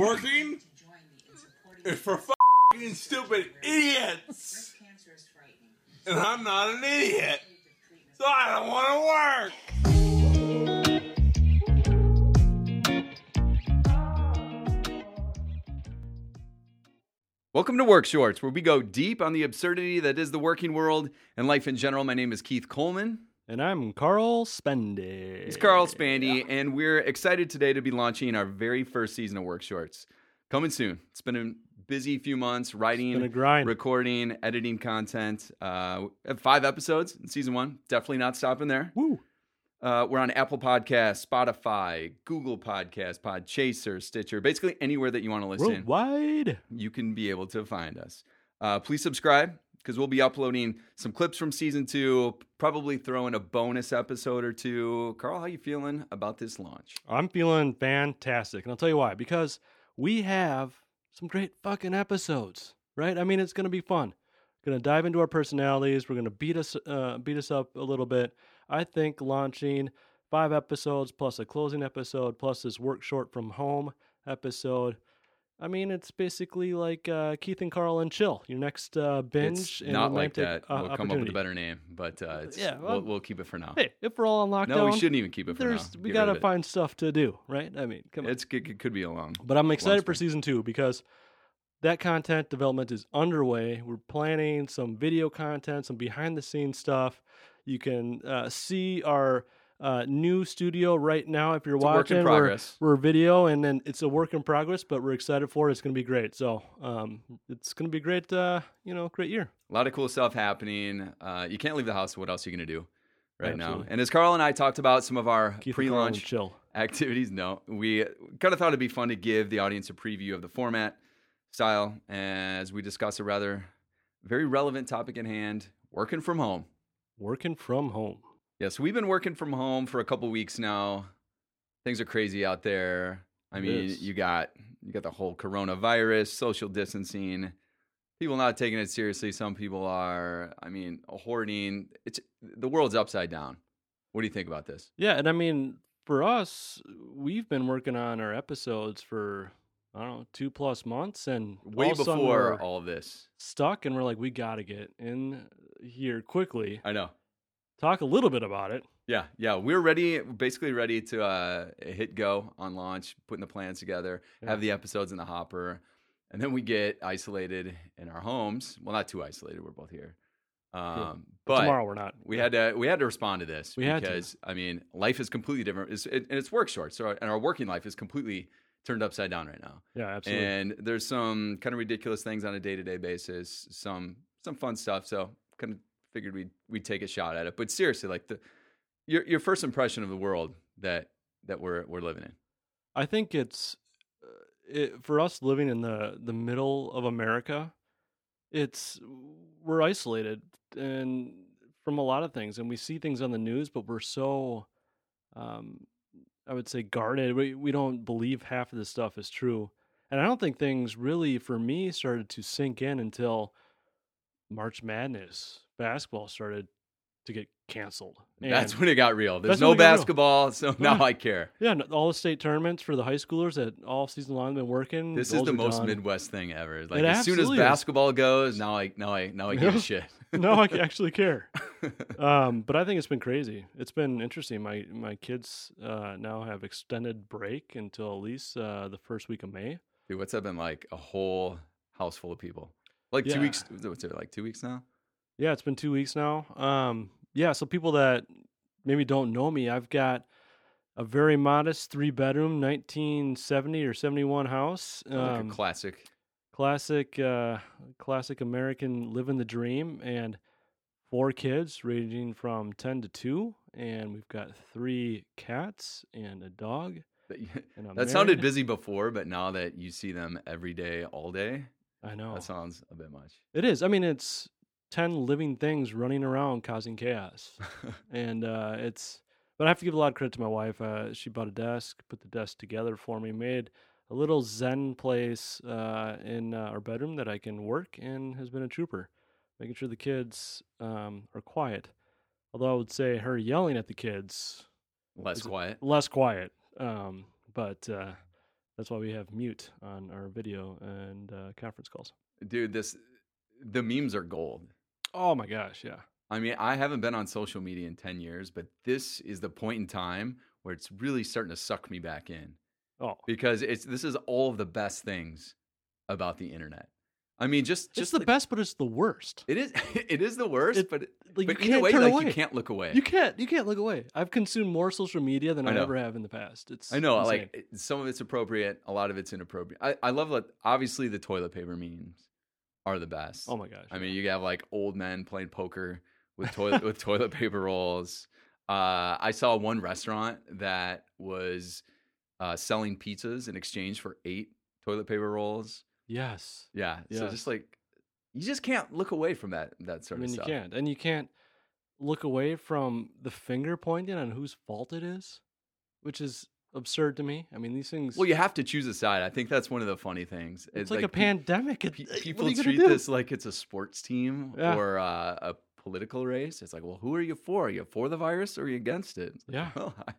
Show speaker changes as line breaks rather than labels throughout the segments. Working
to join me in supporting
is for fucking stupid idiots,
breast cancer is frightening.
and I'm not an idiot,
Effective treatment
so I don't want to work.
Welcome to Work Shorts, where we go deep on the absurdity that is the working world and life in general. My name is Keith Coleman.
And I'm Carl Spendy.
It's Carl Spandy, and we're excited today to be launching our very first season of Work Shorts. Coming soon. It's been a busy few months writing,
been a grind.
recording, editing content. Uh, we have five episodes in season one. Definitely not stopping there.
Woo.
Uh, we're on Apple Podcasts, Spotify, Google Podcasts, Podchaser, Stitcher, basically anywhere that you want to listen
Worldwide.
you can be able to find us. Uh, please subscribe because we'll be uploading some clips from season two, probably throw in a bonus episode or two. Carl, how you feeling about this launch?
I'm feeling fantastic. And I'll tell you why. Because we have some great fucking episodes, right? I mean, it's going to be fun. Going to dive into our personalities. We're going to beat us uh, beat us up a little bit. I think launching five episodes plus a closing episode plus this work short from home episode. I mean, it's basically like uh, Keith and Carl and chill. Your next uh, binge.
it's
and
not like that.
romantic, uh,
we'll come up with a
opportunity.
better name, but uh, it's,
Yeah,
we'll,
well-
we'll keep it for now.
Hey, if we're all on lockdown,
no, we shouldn't even keep it for
There's,
now.
we
Get
gotta
rid of it.
find stuff to do, right? I mean, come on.
It's it could be a long.
But I'm excited for
spring.
season two because that content development is underway. We're planning some video content, some behind the scenes stuff. You can uh, see our uh, new studio right now if you're
It's a work in
watching. We're-
progress.
We're, video, and then it's a work in progress, but we're excited for it. It's going to be great. So um, it's going to be a great. Uh, you know, great year.
A lot of cool stuff happening. Uh, you can't leave the house. What else are you gonna do right now?
Absolutely.
And as Carl and I talked about some of our
Keith and Carl and
pre-launch
chill.
activities. No, we kind of thought it'd be fun to give the audience a preview of the format, style, as we discuss a rather very relevant topic at hand: working from home.
Working from home.
Yeah, so we've been working from home for a couple weeks now. Things are crazy out there. I
It
mean,
is.
you got you got the whole coronavirus, social distancing, people not taking it seriously. Some people are. I mean, hoarding. It's the world's upside down. What do you think about this?
Yeah, and I mean, for us, we've been working on our episodes for I don't know two plus months, and
Way
all of a sudden
before
we're
all of this,
stuck, and we're like, we gotta get in here quickly.
I know.
Talk a little bit about it.
Yeah, yeah, we're ready, basically ready to uh, hit go on launch, putting the plans together,
Yeah.
have the episodes in the hopper, and then we get isolated in our homes. Well, not too isolated; we're both here. Um, But
Tomorrow we're not.
we had to we had to respond to this
We had to.
because I mean, life is completely different. It's, it, and it's work short, so and our working life is completely turned upside down right now.
Yeah, absolutely.
And there's some kind of ridiculous things on a day to day basis, some some fun stuff. So kind of figured we'd we'd take a shot at it. But seriously, like the your your first impression of the world that that we're we're living in.
I think it's uh, it, for us living in the the middle of America. It's we're isolated and from a lot of things, and we see things on the news, but we're so, um, I would say, guarded. We we don't believe half of this stuff is true, and I don't think things really, for me, started to sink in until March Madness basketball started to get canceled.
that's
And-
when it got real. There's
That's when
no
it got real.
basketball, so now
Yeah.
I care.
yeah, and all the state tournaments for the high schoolers that all season long been working.
This is
those
the
are
most
done.
Midwest thing ever. Like
It
as soon as
absolutely is.
basketball goes, now I now I now I give a
Yeah.
shit.
no, I actually care. Um, but I think it's been crazy. It's been interesting. My my kids uh, now have extended break until at least uh, the first week of May.
Dude, what's that been like? A whole house full of people. Like two
Yeah.
weeks what's it like two weeks now?
Yeah, it's been two weeks now. Um, yeah, so people that maybe don't know me, I've got a very modest three bedroom, nineteen seventy or seventy one house.
Like a
Um,
classic.
classic uh classic american living the dream and four kids ranging from 10 to 2 and we've got three cats and a dog and I'm
That sounded
married.
busy before, but now that you see them every day, all day,
i know
that sounds a bit much.
it is i mean it's 10 living things running around causing chaos and uh it's but i have to give a lot of credit to my wife uh she bought a desk put the desk together for me made a little zen place uh in uh, our bedroom that i can work and has been a trooper making sure the kids um, are quiet. Although I would say her yelling at the kids
Less
Is it-
quiet.
less quiet, um, but uh, That's why we have mute on our video and uh, conference calls.
Dude, this the memes are gold.
Oh my gosh, yeah.
I mean, I haven't been on social media in 10 years, but this is the point in time where it's really starting to suck me back in
Oh,
because it's this is all of the best things about the internet. I mean, just
just
just
the
like-
best, but it's the worst.
It is it is the worst,
It-
but
Like,
but either
you can't
way,
turn
like
away.
you can't look away.
You can't. You can't look away. I've consumed more social media than
I
I,
know.
ever have in the past. It's
I know,
insane.
like it- some of it's appropriate, a lot of it's inappropriate. I, I love like obviously the toilet paper memes are the best.
oh my gosh.
I mean, you have like old men playing poker with toilet with toilet paper rolls. Uh, I saw one restaurant that was uh, selling pizzas in exchange for eight toilet paper rolls.
yes.
Yeah, so
Yes.
just like you just can't look away from that that
I
sort of
mean, you
stuff.
can't, and you can't look away from the finger pointing on whose fault it is, which is absurd to me. I mean, these things.
Well, you have to choose a side. I think that's one of the funny things.
it's, like, a
pe-
pandemic. It-
pe-
uh, what are
people
you gonna
treat
do?
this like it's a sports team
Yeah.
or uh, a political race. It's like, well, who are you for? Are you for the virus or are you against it? It's like,
Yeah.
Well, I,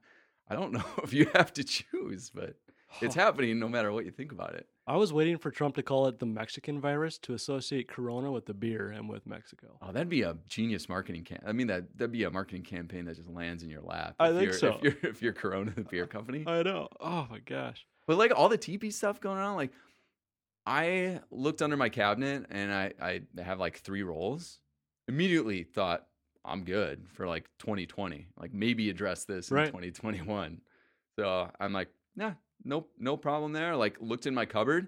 I don't know if you have to choose, but it's happening no matter what you think about it.
I was waiting for Trump to call it the Mexican virus to associate Corona with the beer and with Mexico.
Oh, that'd be a genius marketing cam. I mean, that that'd be a marketing campaign that just lands in your lap.
I
if
think
you're,
so.
If you're, if you're Corona, the beer company.
I know. Oh my gosh.
But like all the teepee stuff going on, like I looked under my cabinet and I I have like three rolls. Immediately thought I'm good for like 2020. Like maybe address this in
Right.
2021. So I'm like, nah, no no problem there. Like looked in my cupboard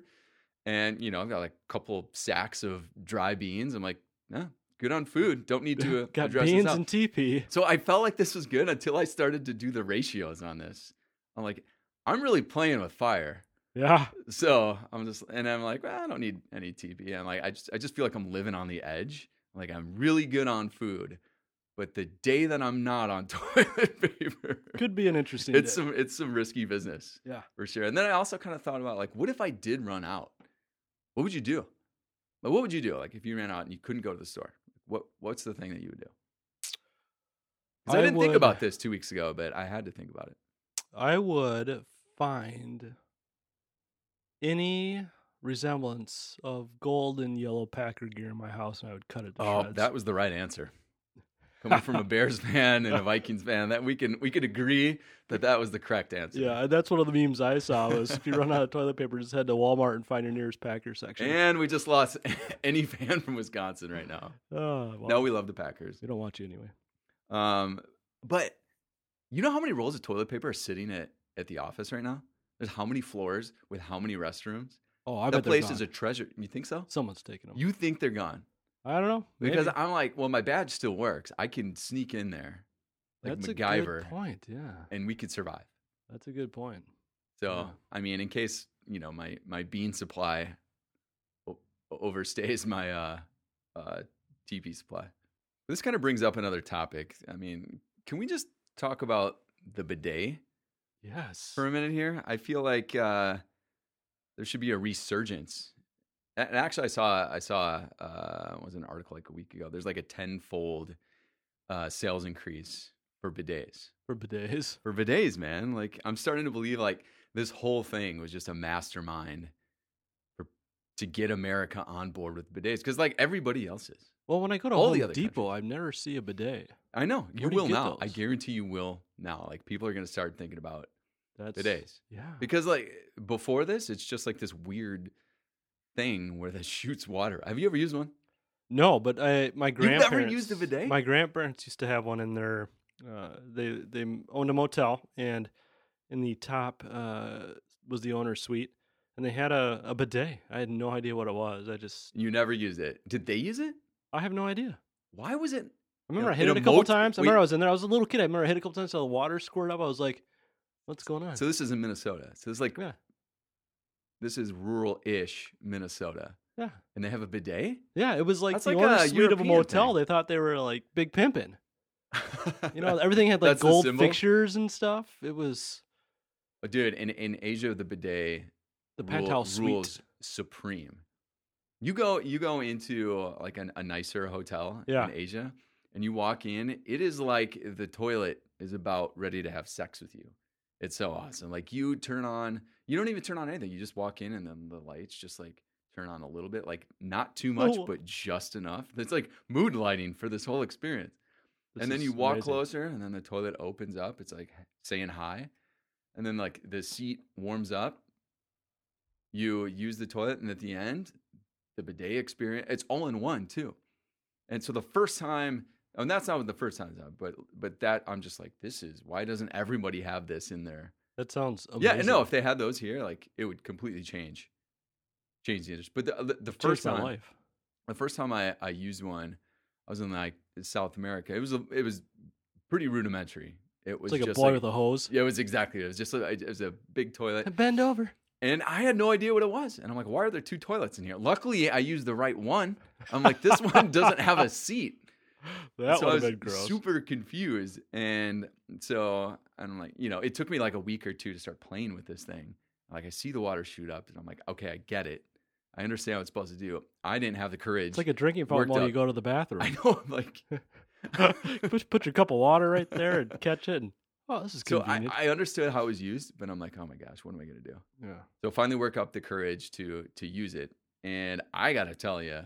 and you know I've got like a couple sacks of dry beans. I'm like, nah, good on food. Don't need to uh,
Got
address
beans
this out.
and TP.
So I felt like this was good until I started to do the ratios on this. I'm like, I'm really playing with fire.
Yeah.
So I'm just, and I'm like, well, I don't need any TP. I'm like, I just, I just feel like I'm living on the edge. Like I'm really good on food, but the day that I'm not on toilet paper,
Could be an interesting.
it's
day.
some, it's some risky business
yeah.
for sure. And then I also kind of thought about like, what if I did run out? What would you do? Like, what would you do? Like, if you ran out and you couldn't go to the store, what what's the thing that you would do? 'Cause I,
I
didn't think
would-
about this two weeks ago, but I had to think about it.
I would find any resemblance of gold and yellow Packer gear in my house, and I would cut it to
Oh,
shreds.
that was the right answer. Coming from a Bears fan and a Vikings fan, that we can we could agree that that was the correct answer.
yeah, that's one of the memes I saw. Was if you run out of toilet paper, just head to Walmart and find your nearest Packer section.
And we just lost any fan from Wisconsin right now.
oh, well,
No, we love the Packers.
we don't want you anyway.
Um, but you know how many rolls of toilet paper are sitting at, at the office right now? There's how many floors with how many restrooms?
Oh, I
that
bet they're
place is a
gone.
treasure. You think so?
someone's taking them.
You think they're gone?
I don't know
Because
maybe.
I'm like, well, my badge still works. I can sneak in there like
that's a
MacGyver
good point. Yeah,
and we could survive.
that's a good point.
So,
Yeah.
I mean, in case, you know, my, my bean supply o- overstays my uh, uh, TP supply. This kind of brings up another topic. I mean, can we just talk about the bidet?
Yes.
for a minute here. I feel like uh, there should be a resurgence. A- And actually, I saw I saw uh, it was an article like a week ago. There's like a tenfold uh, sales increase for bidets.
for bidets.
For bidets, man. Like I'm starting to believe like this whole thing was just a mastermind for, to get America on board with bidets because like everybody else is.
Well, when I go to
All
Home
the other
Depot, I never see a bidet.
I know you
Where do you
will
get
now. I
those?
guarantee you will now. Like people are gonna start thinking about
That's
bidets.
Yeah.
Because like before this, it's just like this weird thing where that shoots water. Have you ever used one?
No, but I my grandparents.
never used a bidet?
My grandparents used to have one in their. Uh, they they m- owned a motel, and in the top uh, was the owner's suite, and they had a, a bidet. I had no idea what it was. I just
You never used it. Did they use it?
I have no idea.
Why was it?
I remember
In-
I hit
in
it
a
a couple
mot-
times. I
wait.
remember I was in there. I was a little kid. I remember I hit it a couple times. Saw the water squirt up. I was like, "What's going on?"
So this is in Minnesota. So it's like
yeah,
this is rural-ish Minnesota,
yeah,
and they have a bidet.
yeah. It was like
That's
the
like
owner's
a
suite of a
European
motel.
thing.
They thought they were like big pimping. You know, everything had like
That's the
gold
symbol?
fixtures and stuff. It was
dude. In in Asia, the bidet
the
rule-
penthouse
rules
suite.
supreme. You go you go into uh, like an, a nicer hotel
Yeah.
in Asia, and you walk in. It is like the toilet is about ready to have sex with you. It's so awesome. Like you turn on You don't even turn on anything. You just walk in and then the lights just like turn on a little bit, like not too much,
Oh.
but just enough. It's like mood lighting for this whole experience.
This
and then
is
you walk
amazing.
closer and then the toilet opens up. It's like saying hi. And then like the seat warms up. You use the toilet and at the end, the bidet experience, it's all in one too. And so the first time, and that's not what the first time, but but that I'm just like, this is why doesn't everybody have this in there?
That sounds amazing.
Yeah, no, if they had those here, like it would completely change, change the industry. But the the, the
Changed
first
my
time,
life.
the first time I, I used one, I was in like South America. It was a, it was pretty rudimentary. It was
It's like a
just
boy with a hose.
yeah, it was exactly it was just a, it was a big toilet,
Bend over.
and I had no idea what it was. And I'm like, why are there two toilets in here? Luckily, I used the right one. I'm like, this one doesn't have a seat.
That
so I
would have
was
been gross.
super confused, and so I'm like, you know, it took me like a week or two to start playing with this thing. Like I see the water shoot up, and I'm like, okay, I get it. I understand what it's supposed to do. I didn't have the courage.
it's like a drinking fountain
worked
while
out.
you go to the bathroom.
I know. I'm like,
Just put your cup of water right there and catch it. And, oh, this is
so I,
convenient.
I understood how it was used, but I'm like, oh my gosh, what am I gonna do?
yeah.
So finally, work up the courage to to use it, and I gotta tell you,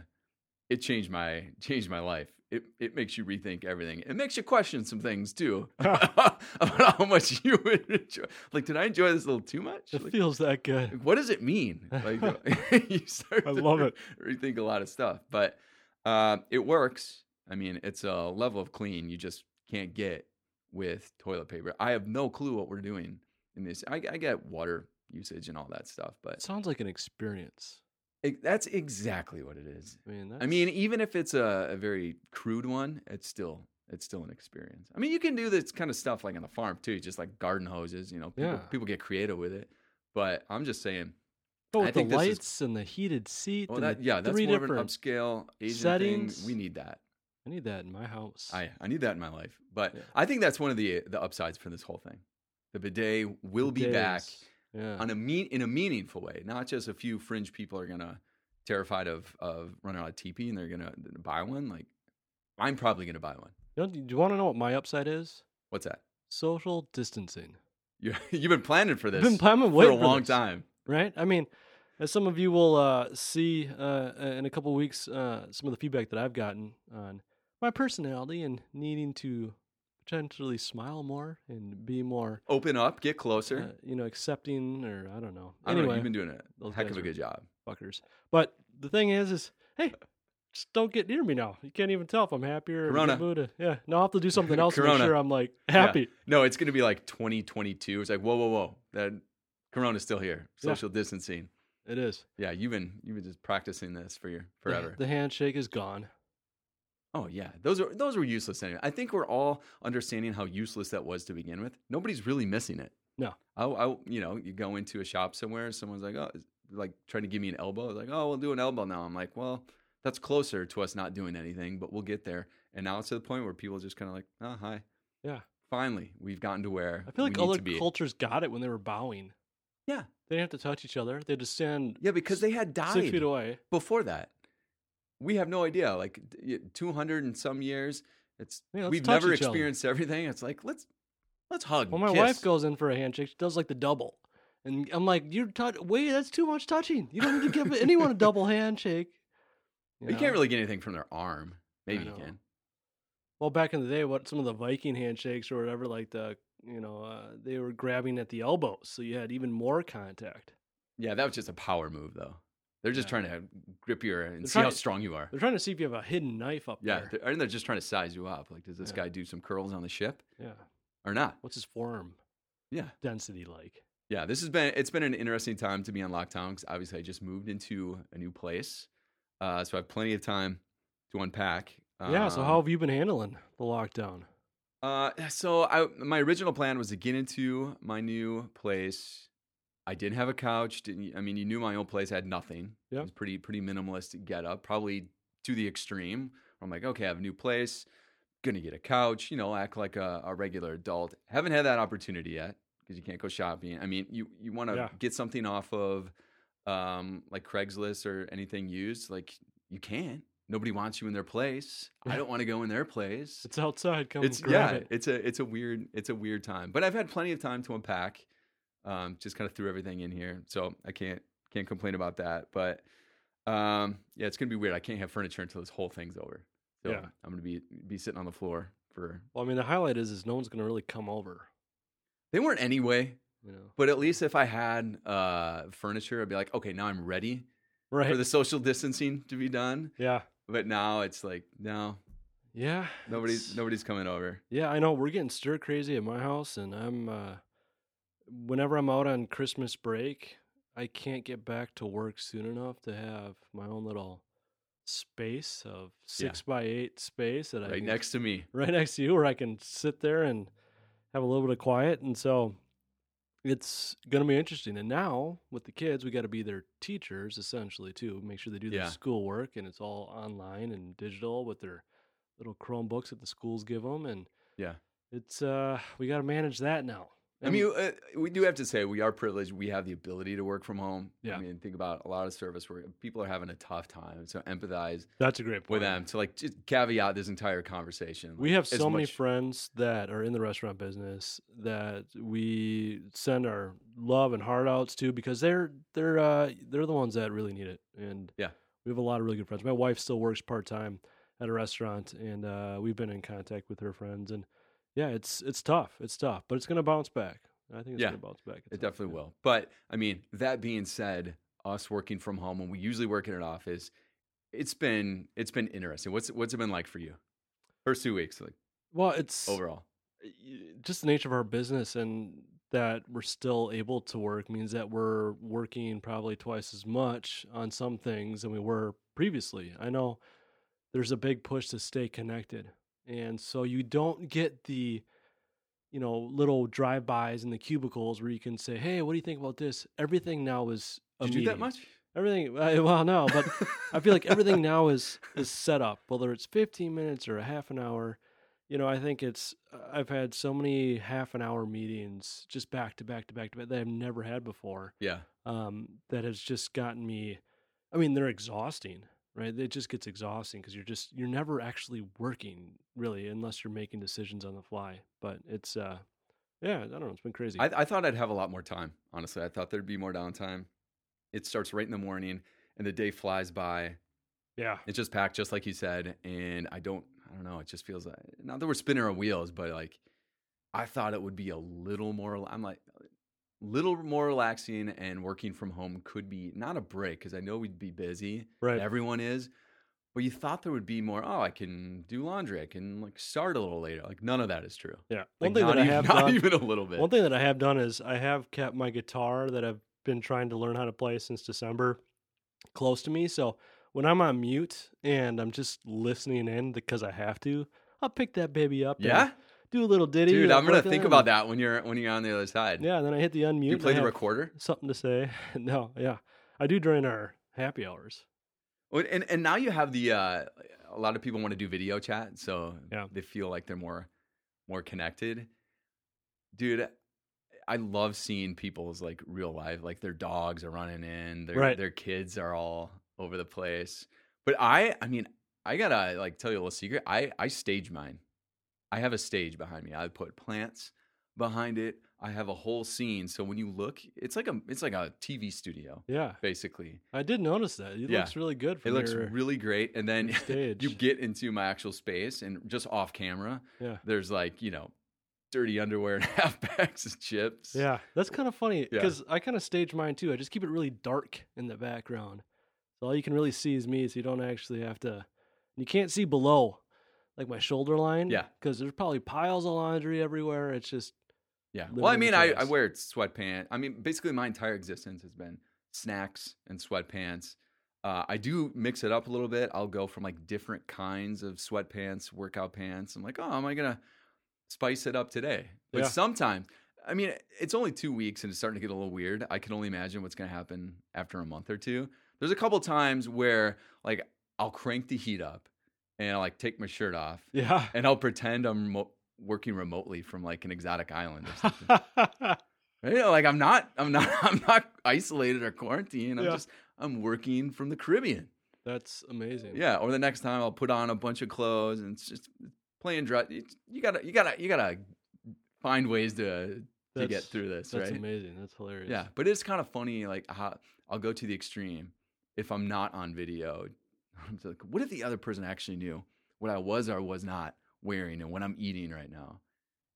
it changed my changed my life. It it makes you rethink everything. It makes you question some things too about how much you would enjoy. Like, did I enjoy this a little too much?
It
Like,
feels that good.
like, what does it mean? Like you start to
I love
re-
it.
rethink a lot of stuff, but uh, it works. I mean, it's a level of clean you just can't get with toilet paper. I have no clue what we're doing in this. I, I get water usage and all that stuff,
It
but
sounds like an experience.
it, that's exactly what it is.
I mean, that's,
I mean, even if it's a, a very crude one, it's still it's still an experience. I mean, you can do this kind of stuff like on the farm too, just like garden hoses. You know, people,
Yeah.
people get creative with it. But I'm just saying,
but
I
with the
think this is-
lights and the heated seat.
well,
and
that,
the
yeah, that's
three
more of an
different.
upscale Asian
settings.
thing. We need that.
I need that in my house.
I I need that in my life. But
Yeah.
I think that's one of the the upsides for this whole thing. The bidet will be back
Days. Yeah.
on a mean in a meaningful way, not just a few fringe people are gonna terrified of of running out of TP and they're gonna buy one. Like, I'm probably gonna buy one.
You know, do you want to know what my upside is?
What's that?
Social distancing.
You you've been planning for this.
I've been planning
for a
waiting for
long
this.
time.
right? I mean, as some of you will uh, see uh, in a couple weeks, uh, some of the feedback that I've gotten on my personality and needing to potentially smile more and be more,
Open up, get
uh,
closer.
you know, accepting or I don't know.
I don't know.
anyway,
You've been doing a
those
heck
guys
of a
are-
good job.
fuckers. But the thing is, is hey. Just don't get near me now. You can't even tell if I'm happy or in a good
Corona.
mood. Yeah. Now I'll have to do something else to make
Corona.
sure I'm like happy.
No, it's gonna be like 2022. It's like whoa, whoa, whoa. That Corona's still here.
Yeah.
Social distancing.
It is.
Yeah, you've been you've been just practicing this for your
The-
forever.
The, handshake is gone.
oh yeah, those are those were useless anyway. I think we're all understanding how useless that was to begin with. Nobody's really missing it.
No.
I, I you know you go into a shop somewhere, someone's like oh like trying to give me an elbow. Like oh we'll do an elbow now. I'm like well that's closer to us not doing anything, but we'll get there. And now it's to the point where people just kind of like oh hi
Yeah.
finally we've gotten to where
I feel like
we need
other
to be.
cultures got it when they were bowing.
Yeah.
They didn't have to touch each other. They just stand
yeah because they had died
six feet away.
before that. We have no idea. Like two hundred and some years, it's
Yeah, let's
we've
touch
never
each other.
experienced everything. It's like let's let's hug.
Well, my
kiss.
wife goes in for a handshake. She does like the double. And I'm like, you're touch. Wait, that's too much touching. You don't need to give anyone a double handshake.
You,
know?
can't really get anything from their arm. Maybe you
know.
can.
Well, back in the day, what some of the Viking handshakes or whatever, like the, you know, uh, they were grabbing at the elbows. So you had even more contact.
Yeah, that was just a power move, though. They're just
Yeah.
trying to grip your and
They're
see how
trying-
strong you are.
They're trying to see if you have a hidden knife up
Yeah,
there.
they're, and they're just trying to size you up. Like, does this
Yeah.
guy do some curls on the ship
Yeah.
or not?
What's his form
Yeah,
density like?
yeah. This has been it's been an interesting time to be on lockdown because obviously I just moved into a new place, uh, so I have plenty of time to unpack.
yeah. So
Um,
how have you been handling the lockdown?
Uh, so I my original plan was to get into my new place. I didn't have a couch. Didn't I mean you knew my old place had nothing.
Yeah.
It was pretty pretty minimalist get up, probably to the extreme. I'm like, okay, I have a new place, gonna get a couch, you know, act like a, a regular adult. Haven't had that opportunity yet because you can't go shopping. I mean, you you want to
Yeah.
get something off of um like Craigslist or anything used, like you can. Nobody wants you in their place. I don't want to go in their place
It's outside. Come
it's
grab
yeah,
it.
it's a it's a weird it's a weird time. But I've had plenty of time to unpack. Um, just kind of threw everything in here, so I can't can't complain about that. But um, yeah, it's gonna be weird. I can't have furniture until this whole thing's over. So
Yeah.
I'm gonna be be sitting on the floor for.
Well, I mean, the highlight is is no one's going to really come over.
They weren't anyway,
You know,
but at least if I had uh, furniture, I'd be like, okay, now I'm ready
right?
for the social distancing to be done.
yeah,
But now it's like, no,
yeah.
nobody's
it's-
nobody's coming over.
Yeah, I know. We're getting stir crazy at my house, and I'm. uh Whenever I'm out on Christmas break, I can't get back to work soon enough to have my own little space of six by eight space that I
Right
can-
next to me.
right next to you, where I can sit there and have a little bit of quiet. And so, it's going to be interesting. And now with the kids, we got to be their teachers essentially too. Make sure they do
Yeah.
their schoolwork, and it's all online and digital with their little Chromebooks that the schools give them. And
Yeah.
it's uh we got to manage that now.
I mean, uh, we do have to say we are privileged. We have the ability to work from home.
Yeah.
I mean, think about a lot of service where people are having a tough time. So empathize
that's a great point.
with them to like just caveat this entire conversation.
We
like,
have
as
so many
much-
friends that are in the restaurant business that we send our love and heart outs to because they're they're uh, they're the ones that really need it. And
Yeah.
we have a lot of really good friends. My wife still works part time at a restaurant, and uh, we've been in contact with her friends. And yeah, it's it's tough. It's tough, but it's gonna bounce back. I think it's
Yeah.
gonna bounce back.
It definitely will. But I mean, that being said, us working from home when we usually work in an office, it's been it's been interesting. What's what's it been like for you? First two weeks, like
Well, it's
overall.
y- just the nature of our business and that we're still able to work means that we're working probably twice as much on some things than we were previously. I know there's a big push to stay connected. And so you don't get the you know little drive-bys in the cubicles where you can say, "Hey, what do you think about this?" Everything now is a
Did you do that
meeting.
much?
Everything uh, well, no, but I feel like everything now is is set up, whether it's 15 minutes or a half an hour. You know, I think it's uh, I've had so many half an hour meetings just back to back to back to back that I've never had before.
Yeah.
Um, that has just gotten me. I mean, they're exhausting, right? It just gets exhausting because you're just you're never actually working really, unless you're making decisions on the fly. But it's uh, yeah, I don't know, it's been crazy.
I, I thought I'd have a lot more time. Honestly, I thought there'd be more downtime. It starts right in the morning, and the day flies by.
yeah,
It's just packed, just like you said. And I don't, I don't know. It just feels like not that we're spinning our wheels, but like I thought it would be a little more. I'm like little more relaxing, and working from home could be not a break because I know we'd be busy.
right.
Everyone is. But you thought there would be more. Oh, I can do laundry. I can like start a little later. Like none of that is true.
yeah,
Like,
one thing
not
that I
even,
have
not
done,
even a little bit.
One thing that I have done is I have kept my guitar that I've been trying to learn how to play since December close to me. So when I'm on mute and I'm just listening in because I have to, I'll pick that baby up. and
yeah,
do a little ditty.
dude.
like
I'm gonna
work on
think
it
about
and-
that when you're when you're on the other side.
Yeah, and then I hit the unmute.
you
and
play
I
the
have
recorder.
Something to say? no, yeah, I do during our happy hours.
Well, And and now you have the uh, a lot of people want to do video chat, so
Yeah.
they feel like they're more more connected. Dude, I love seeing people's like real life, like their dogs are running in, their
Right.
their kids are all over the place. But I, I mean, I gotta like tell you a little secret. I I stage mine. I have a stage behind me. I put plants behind it. I have a whole scene. So when you look, it's like a it's like a TV studio
Yeah,
basically.
I did notice that. It
Yeah.
looks really good.
It
From
looks
your,
really great. And then
your stage.
you get into my actual space and just off camera,
yeah.
there's like, you know, dirty underwear and half bags of chips.
Yeah, that's kind of funny
Yeah.
because I kind of stage mine too. I just keep it really dark in the background, so all you can really see is me. So you don't actually have to. You can't see below, like my shoulder line.
Yeah.
because there's probably piles of laundry everywhere. It's just
Yeah.
Living
Well, I
in the
mean, I, I
chaos.
wear sweatpants. I mean, basically my entire existence has been snacks and sweatpants. Uh, I do mix it up a little bit. I'll go from like different kinds of sweatpants, workout pants. I'm like, oh, am I going to spice it up today? But
Yeah.
sometimes, I mean, it's only two weeks and it's starting to get a little weird. I can only imagine what's going to happen after a month or two. There's a couple times where like I'll crank the heat up and I'll like take my shirt off
yeah.
and I'll pretend I'm remo- working remotely from like an exotic island or something. Right? You know, Like I'm not, I'm not, I'm not isolated or quarantined. I'm
Yeah.
just, I'm working from the Caribbean.
that's amazing.
Yeah. Or the next time I'll put on a bunch of clothes and it's just playing dress. You gotta, you gotta, you gotta find ways to to get
That's-
through this,
That's
right?
amazing. That's hilarious.
Yeah, but it's kind of funny. Like how I'll go to the extreme if I'm not on video. I'm just like, what if the other person actually knew what I was or was not wearing and what I'm eating right now?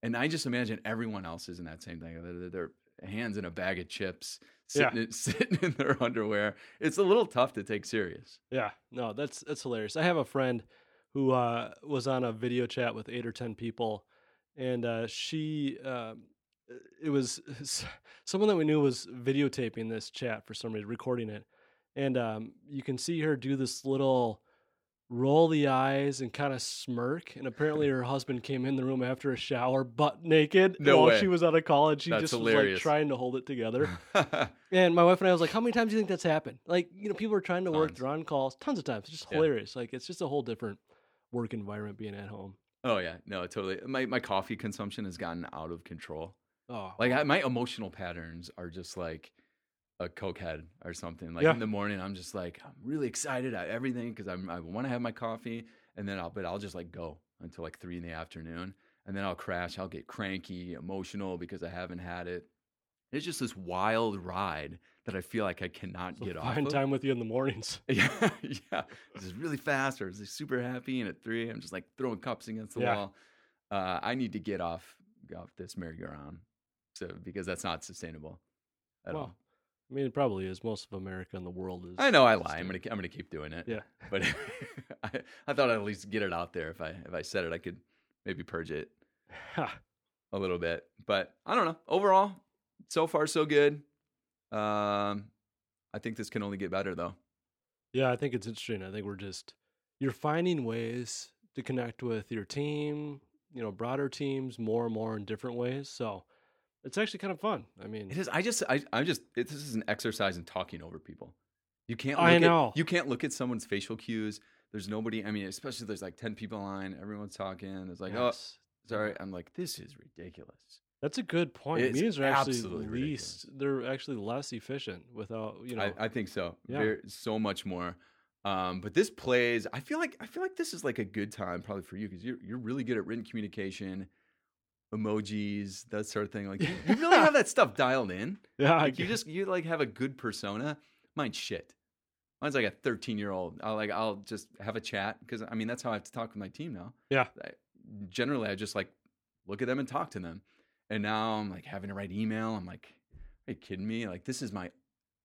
And I just imagine everyone else is in that same thing. They're, they're- their hands in a bag of chips, sitting, in- sitting in their underwear. It's a little tough to take serious.
Yeah. No, that's that's hilarious. I have a friend who uh, was on a video chat with eight or ten people, and uh, she uh, it was someone that we knew was videotaping this chat for some reason, recording it, and um, you can see her do this little roll the eyes and kind of smirk and apparently her husband came in the room after a shower butt naked
No
while
way.
she was out of college she
That's
just was
hilarious.
like trying to hold it together
yeah,
And my wife and I was like, how many times do you think that's happened? Like, you know, people are trying to work,
Tons.
they're on calls, tons of times. It's just
Yeah.
hilarious. Like, it's just a whole different work environment being at home.
Oh yeah, no, totally. My my coffee consumption has gotten out of control.
Oh,
Like I, my emotional patterns are just like a cokehead or something. Like
Yeah.
in the morning, I'm just like I'm really excited at everything because I'm I want to have my coffee, and then I'll but I'll just like go until like three in the afternoon, and then I'll crash. I'll get cranky, emotional because I haven't had it. It's just this wild ride that I feel like I cannot
so
get off.
find
of.
time with you in the mornings.
Yeah, yeah. This is really fast, or is super happy? And at three, I'm just like throwing cups against the
Yeah.
wall. Uh, I need to get off off this merry-go-round, so because that's not sustainable at
Well,
all.
I mean, it probably is. Most of America and the world is.
I know I lie. I'm
sustainable.
gonna I'm gonna keep doing it.
Yeah.
but I, I thought I'd at least get it out there. If I if I said it, I could maybe purge it
Ha.
a little bit. But I don't know. Overall, so far so good. Um, I think this can only get better though.
yeah, I think it's interesting. I think we're just, you're finding ways to connect with your team, you know, broader teams more and more in different ways. So it's actually kind of fun. I mean,
It is. I just, I, I'm just. It, this is an exercise in talking over people. You can't. Look
I know.
At, you can't look at someone's facial cues. There's nobody. I mean, especially there's like ten people online. Everyone's talking. It's like,
Yes.
oh, sorry. I'm like, this is ridiculous.
That's a good point.
It's
Meetings are actually
absolutely
least they're actually less efficient without you know.
I, I think so.
Yeah.
There- so much more. Um, but this plays. I feel like. I feel like this is like a good time probably for you because you're you're really good at written communication, emojis, that sort of thing. Like you, you really have that stuff dialed in.
yeah, I
Like you
guess.
just you like have a good persona. Mine's shit. Mine's like a 13 year old. I like I'll just have a chat because I mean that's how I have to talk with my team now.
Yeah.
I- generally, I just like look at them and talk to them. And now I'm like having to write email. I'm like, are you kidding me? Like this is my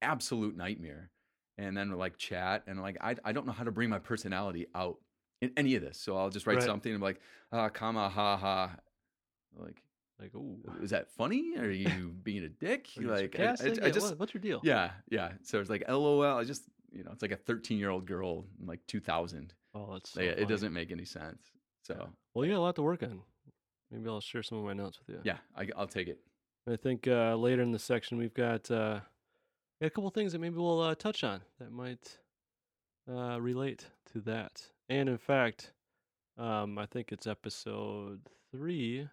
absolute nightmare. And then like chat and like I I don't know how to bring my personality out in any of this. So I'll just write
Right.
something and be like, ah, comma, ha ha. Like,
like ooh,
is that funny? Are uh, you being a dick?
are you
like, I- I-
sarcastic?
I
Yeah,
just
what- what's your deal?
yeah, yeah. So it's like LOL. I just you know, it's like a 13 year old girl in like 2000.
oh, that's so
Like, it
funny.
doesn't make any sense. So
Well, you got a lot to work on. Maybe I'll share some of my notes with you.
yeah, I, I'll take it.
I think uh, later in the section we've got, uh, got a couple things that maybe we'll uh, touch on that might uh, relate to that. And in fact, um, I think it's episode three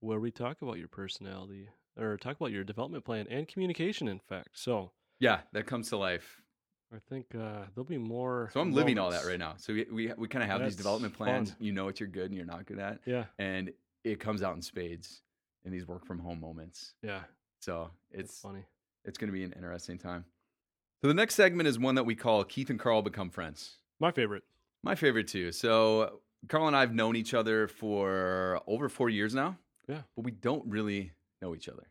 where we talk about your personality or talk about your development plan and communication. In fact, so
Yeah, that comes to life.
I think uh, there'll be more.
So I'm living all that right
moments.
now. So we we, we kind of have
That's
these development plans.
fun.
You know what you're good and you're not good at,
Yeah,
and it comes out in spades in these work from home moments.
yeah,
So
it's
it's
funny.
it's going to be an interesting time. So the next segment is one that we call Keith and Carl become friends.
My favorite.
My favorite too. So Carl and I have known each other for over four years now.
Yeah.
But we don't really know each other.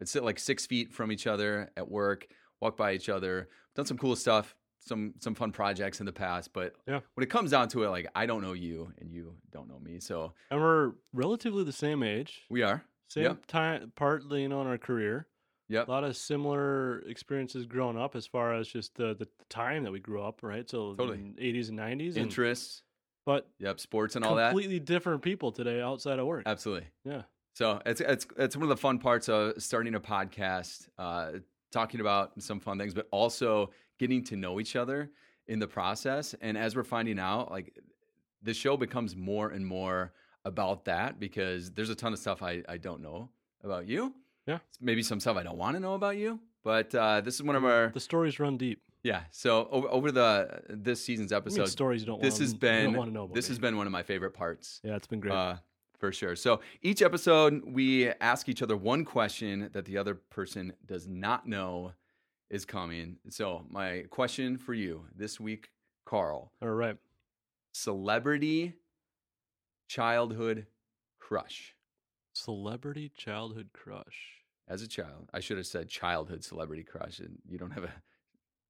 I'd sit like six feet from each other at work, walk by each other, done some cool stuff, some some fun projects in the past. But
Yeah.
when it comes down to it, like I don't know you and you don't know me. So
And we're relatively the same age,
we are.
same
Yep.
time, partly in on our career.
Yep.
a lot of similar experiences growing up as far as just the, the time that we grew up, right? So
Totally.
in 80s and 90s. and-
Interests.
but
Yep. Sports and all that.
completely different people today outside of work.
Absolutely.
Yeah.
So it's it's it's one of the fun parts of starting a podcast, uh, talking about some fun things, but also getting to know each other in the process. And as we're finding out, like the show becomes more and more about that because there's a ton of stuff I, I don't know about you.
Yeah.
Maybe some stuff I don't want to know about you. But uh, this is one of our
The stories run deep.
yeah. So over, over the this season's
I mean,
episode,
stories you don't
this
wanna-
has
you don't
been
wanna know about
this
me.
has been one of my favorite parts
Yeah, it's been great.
uh, for sure. So each episode, we ask each other one question that the other person does not know is coming. So, my question for you this week, Carl
All right.
celebrity childhood crush.
Celebrity childhood crush.
As a child, I should have said childhood celebrity crush, and you don't have a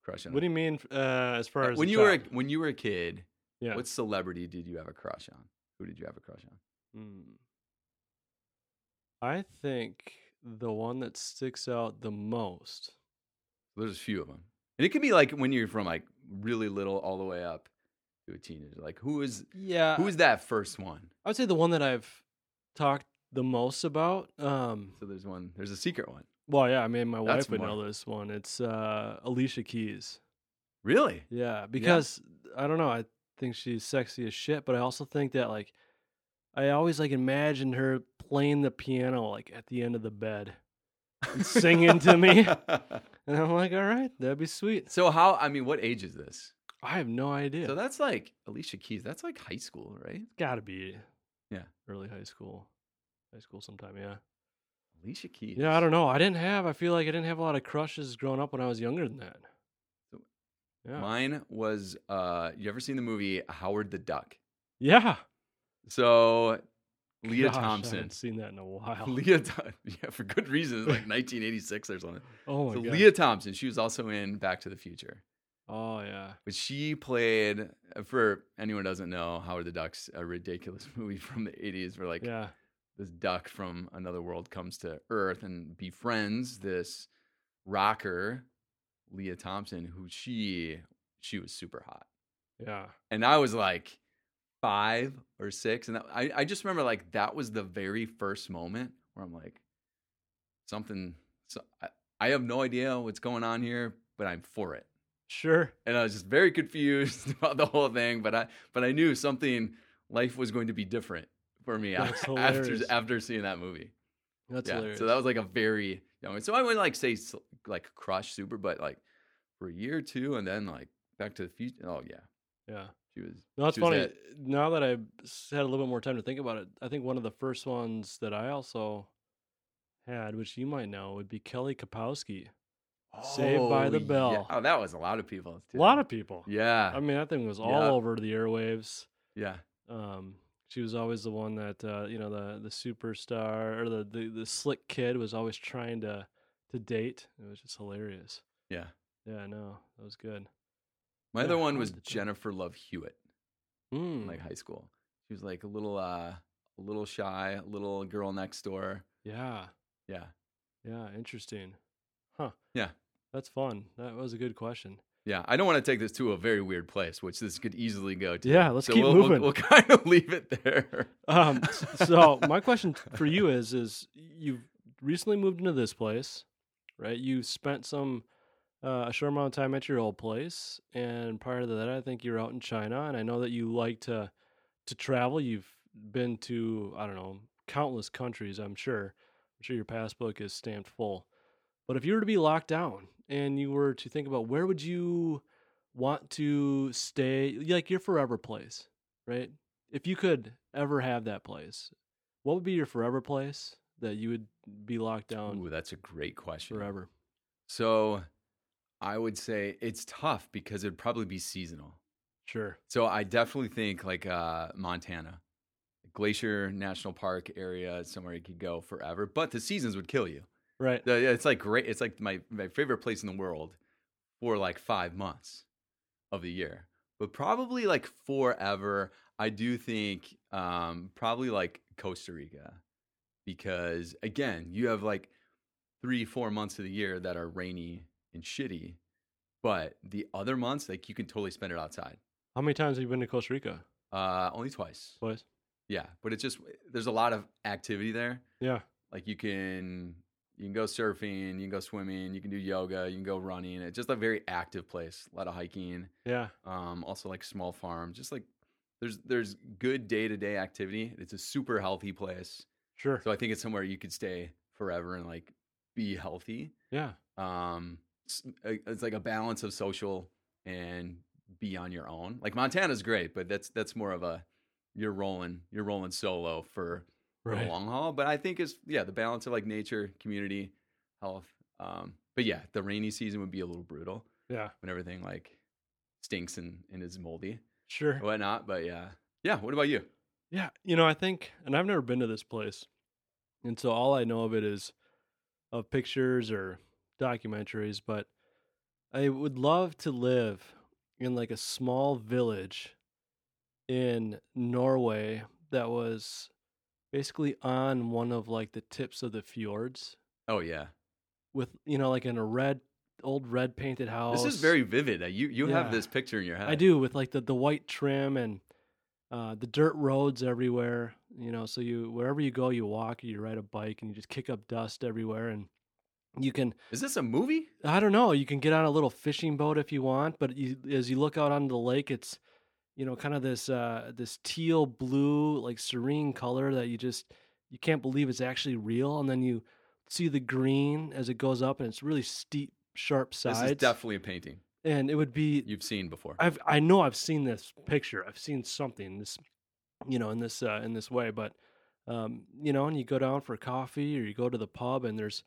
crush on
What do you mean uh, as far as
when
a
you were a,
child?
when you were a kid?
yeah.
What celebrity did you have a crush on? Who did you have a crush on?
Hmm. I think the one that sticks out the most.
There's a few of them, and it could be like when you're from like really little all the way up to a teenager. Like who is
Yeah.
who is that first one?
I would say the one that I've talked the most about. Um,
So there's one. There's a secret one.
well, yeah, I mean, my
That's
wife would know
smart.
this one. It's uh, Alicia Keys.
Really?
Yeah, because I don't know. I think she's sexy as shit, but I also think that like I always like imagined her playing the piano like at the end of the bed and singing to me, and I'm like, all right, that'd be sweet.
so how? I mean, what age is this?
I have no idea.
So that's like Alicia Keys. That's like high school, right?
Got to be
Yeah.
early high school, high school sometime. Yeah,
Alicia Keys.
yeah. I don't know. I didn't have. I feel like I didn't have a lot of crushes growing up when I was younger than that.
So-
Yeah,
Mine was. Uh, you ever seen the movie Howard the Duck?
yeah.
So Leah
Gosh, I
Thompson.
haven't seen that in a while.
Leah, Tho- yeah, for good reason, it's like 1986 or something.
oh my
so
god.
Leah Thompson, she was also in Back to the Future,
oh yeah.
but she played uh, for anyone who doesn't know Howard the Duck's a ridiculous movie from the 80s where like
yeah.
this duck from another world comes to Earth and befriends this rocker, Leah Thompson, who she she was super hot.
Yeah.
And I was like five or six. And I, I just remember like that was the very first moment where I'm like, something so I, I have no idea what's going on here, but I'm for it.
Sure.
And I was just very confused about the whole thing, but I but I knew something life was going to be different for me
That's
after after,
hilarious.
after seeing that movie
That's
yeah.
hilarious.
So that was like a very young. one. So I wouldn't like say s- like crush super, but like for a year or two, and then like Back to the Future. Oh yeah,
yeah.
she was.
No, that's
she was
funny.
it.
Now that I've s- had a little bit more time to think about it, I think one of the first ones that I also had, which you might know, would be Kelly Kapowski. Saved by the
yeah.
Bell.
Oh, that was a lot of people.
A lot of people.
Yeah,
I mean, that thing was all
Yeah.
over the airwaves.
yeah.
Um, she was always the one that uh, you know the the superstar or the, the the slick kid was always trying to to date. It was just hilarious.
Yeah.
Yeah, no, that was good.
My
Yeah,
other one
how
was
did that-
Jennifer Love Hewitt in
Mm,
like high school. She was like a little, uh, a little shy, little girl next door.
yeah.
Yeah,
Yeah, interesting. Huh.
Yeah.
That's fun. That was a good question.
yeah. I don't want to take this to a very weird place, which this could easily go to.
Yeah, let's
so
keep
we'll,
moving.
We'll, we'll kind of leave it there.
Um s- so my question t- for you is is you've recently moved into this place, right? You spent some uh, a short amount of time at your old place and prior to that I think you were out in China and I know that you like to to travel. You've been to I don't know, countless countries, I'm sure. I'm sure your passbook is stamped full. But if you were to be locked down and you were to think about where would you want to stay, like your forever place, right? If you could ever have that place, what would be your forever place that you would be locked down
Ooh, that's a great question.
forever?
So I would say it's tough because it'd probably be seasonal.
Sure.
So I definitely think like uh, Montana, Glacier National Park area, is somewhere you could go forever, but the seasons would kill you.
Right.
The- yeah, It's like great. It's like my, my favorite place in the world for like five months of the year, but probably like forever. I do think um, probably like Costa Rica because again, you have like three, four months of the year that are rainy and shitty, but the other months, like you can totally spend it outside.
How many times have you been to Costa Rica?
Uh, only twice.
Twice.
Yeah, but it's just there's a lot of activity there.
Yeah.
Like you can you can go surfing, you can go swimming, you can do yoga, you can go running. It's just a very active place. A lot of hiking.
Yeah.
Um, also like small farms. Just like there's there's good day to day activity. It's a super healthy place.
Sure.
So I think it's somewhere you could stay forever and like be healthy.
yeah.
Um, s- a- it's like a balance of social and be on your own. Like Montana's great, but that's that's more of a you're rolling you're rolling solo for for the long haul. But I think it's yeah, the balance of like nature, community, health. Um, but yeah, the rainy season would be a little brutal
Yeah.
when everything like stinks and, and is moldy
Sure.
and whatnot. But yeah, yeah. What about you?
Yeah, you know, I think, and I've never been to this place, and so all I know of it is of pictures or documentaries. But I would love to live in like a small village in Norway that was basically on one of like the tips of the fjords,
Oh yeah,
with you know, like in a red old red painted house.
this is very vivid. Uh, You you have
Yeah.
this picture in your head.
I do with like the, the white trim and uh, the dirt roads everywhere. You know, so you wherever you go, you walk, you ride a bike, and you just kick up dust everywhere. And you can,
Is this a movie?
I don't know, you can get on a little fishing boat if you want, but you, as you look out onto the lake, it's you know kind of this uh, this teal blue, like serene color that you just you can't believe it's actually real. And then you see the green as it goes up, and it's really steep, sharp sides.
This is definitely a painting
and it would be
you've seen before.
I've I know I've seen this picture. I've seen something this, you know, in this uh, in this way. But um, you know, and you go down for coffee or you go to the pub, and there's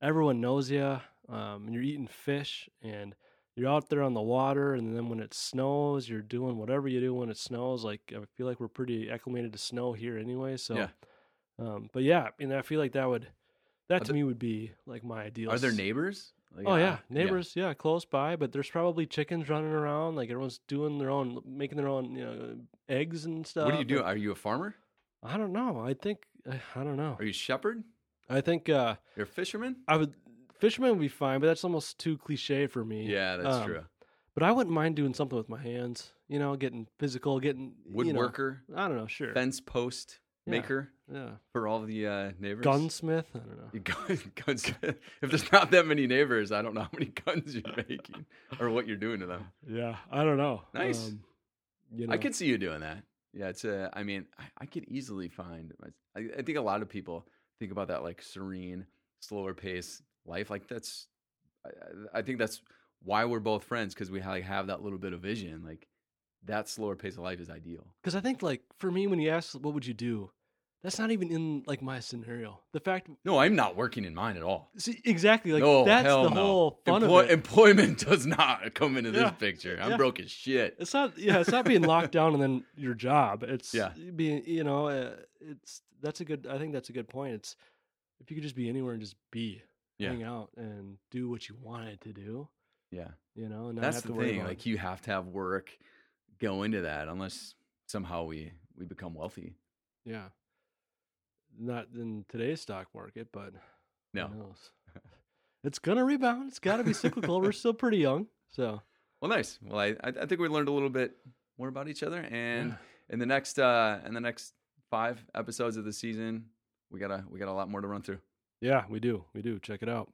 everyone knows you, um, and you're eating fish, and you're out there on the water, and then when it snows, you're doing whatever you do when it snows. Like I feel like we're pretty acclimated to snow here anyway. So,
Yeah.
um, but yeah, you know, I feel like that would that
Are
to
the-
me would be like my ideal.
Are there
s-
neighbors? Like,
Oh
uh,
yeah, neighbors, yeah. close by, but there's probably chickens running around. Like everyone's doing their own, making their own, you know, eggs and stuff.
What do you do?
and-
Are you a farmer?
I don't know. I think I I don't know.
Are you a shepherd?
I think uh
You're a fisherman?
I would fisherman would be fine, but that's almost too cliche for me.
Yeah, that's
Um,
true.
But I wouldn't mind doing something with my hands. You know, getting physical, getting you know,
Woodworker,
I don't know. Sure.
fence post
Yeah.
maker
yeah.
for all the uh, neighbors.
Gunsmith. I don't know.
You gun- guns. if there's not that many neighbors, I don't know how many guns you're making or what you're doing to them.
Yeah, I don't know.
Nice.
Um, you know,
I could see you doing that. Yeah, it's a. I mean, I, I could easily find. I, I think a lot of people think about that like serene, slower pace life. Like that's. I- I, I think that's why we're both friends because we like have that little bit of vision. Like that slower pace of life is ideal.
Because I think, like, for me, when you ask, what would you do? That's not even in like my scenario. The fact,
No, I'm not working in mine at all.
see, exactly, like
no,
that's
hell
the
no.
whole fun
Employ-
of it.
Employment does not come into
Yeah.
this picture. I'm
Yeah.
broke as shit.
it's not, yeah, it's not being locked down and then your job. It's
Yeah.
being, you know, uh, it's that's a good. I think that's a good point. It's if you could just be anywhere and just be,
Yeah.
hang out and do what you wanted to do.
Yeah.
You know, and not
That's
have
the
to worry
thing.
about
Like you have to have work go into that unless somehow we we become wealthy.
yeah, not in today's stock market, but who
No.
knows? it's gonna rebound. It's got to be cyclical. We're still pretty young, so.
Well, nice. Well, I I I think we learned a little bit more about each other, and
Yeah.
in the next uh in the next five episodes of the season, we got to we got a lot more to run through.
Yeah, we do. We do. Check it out.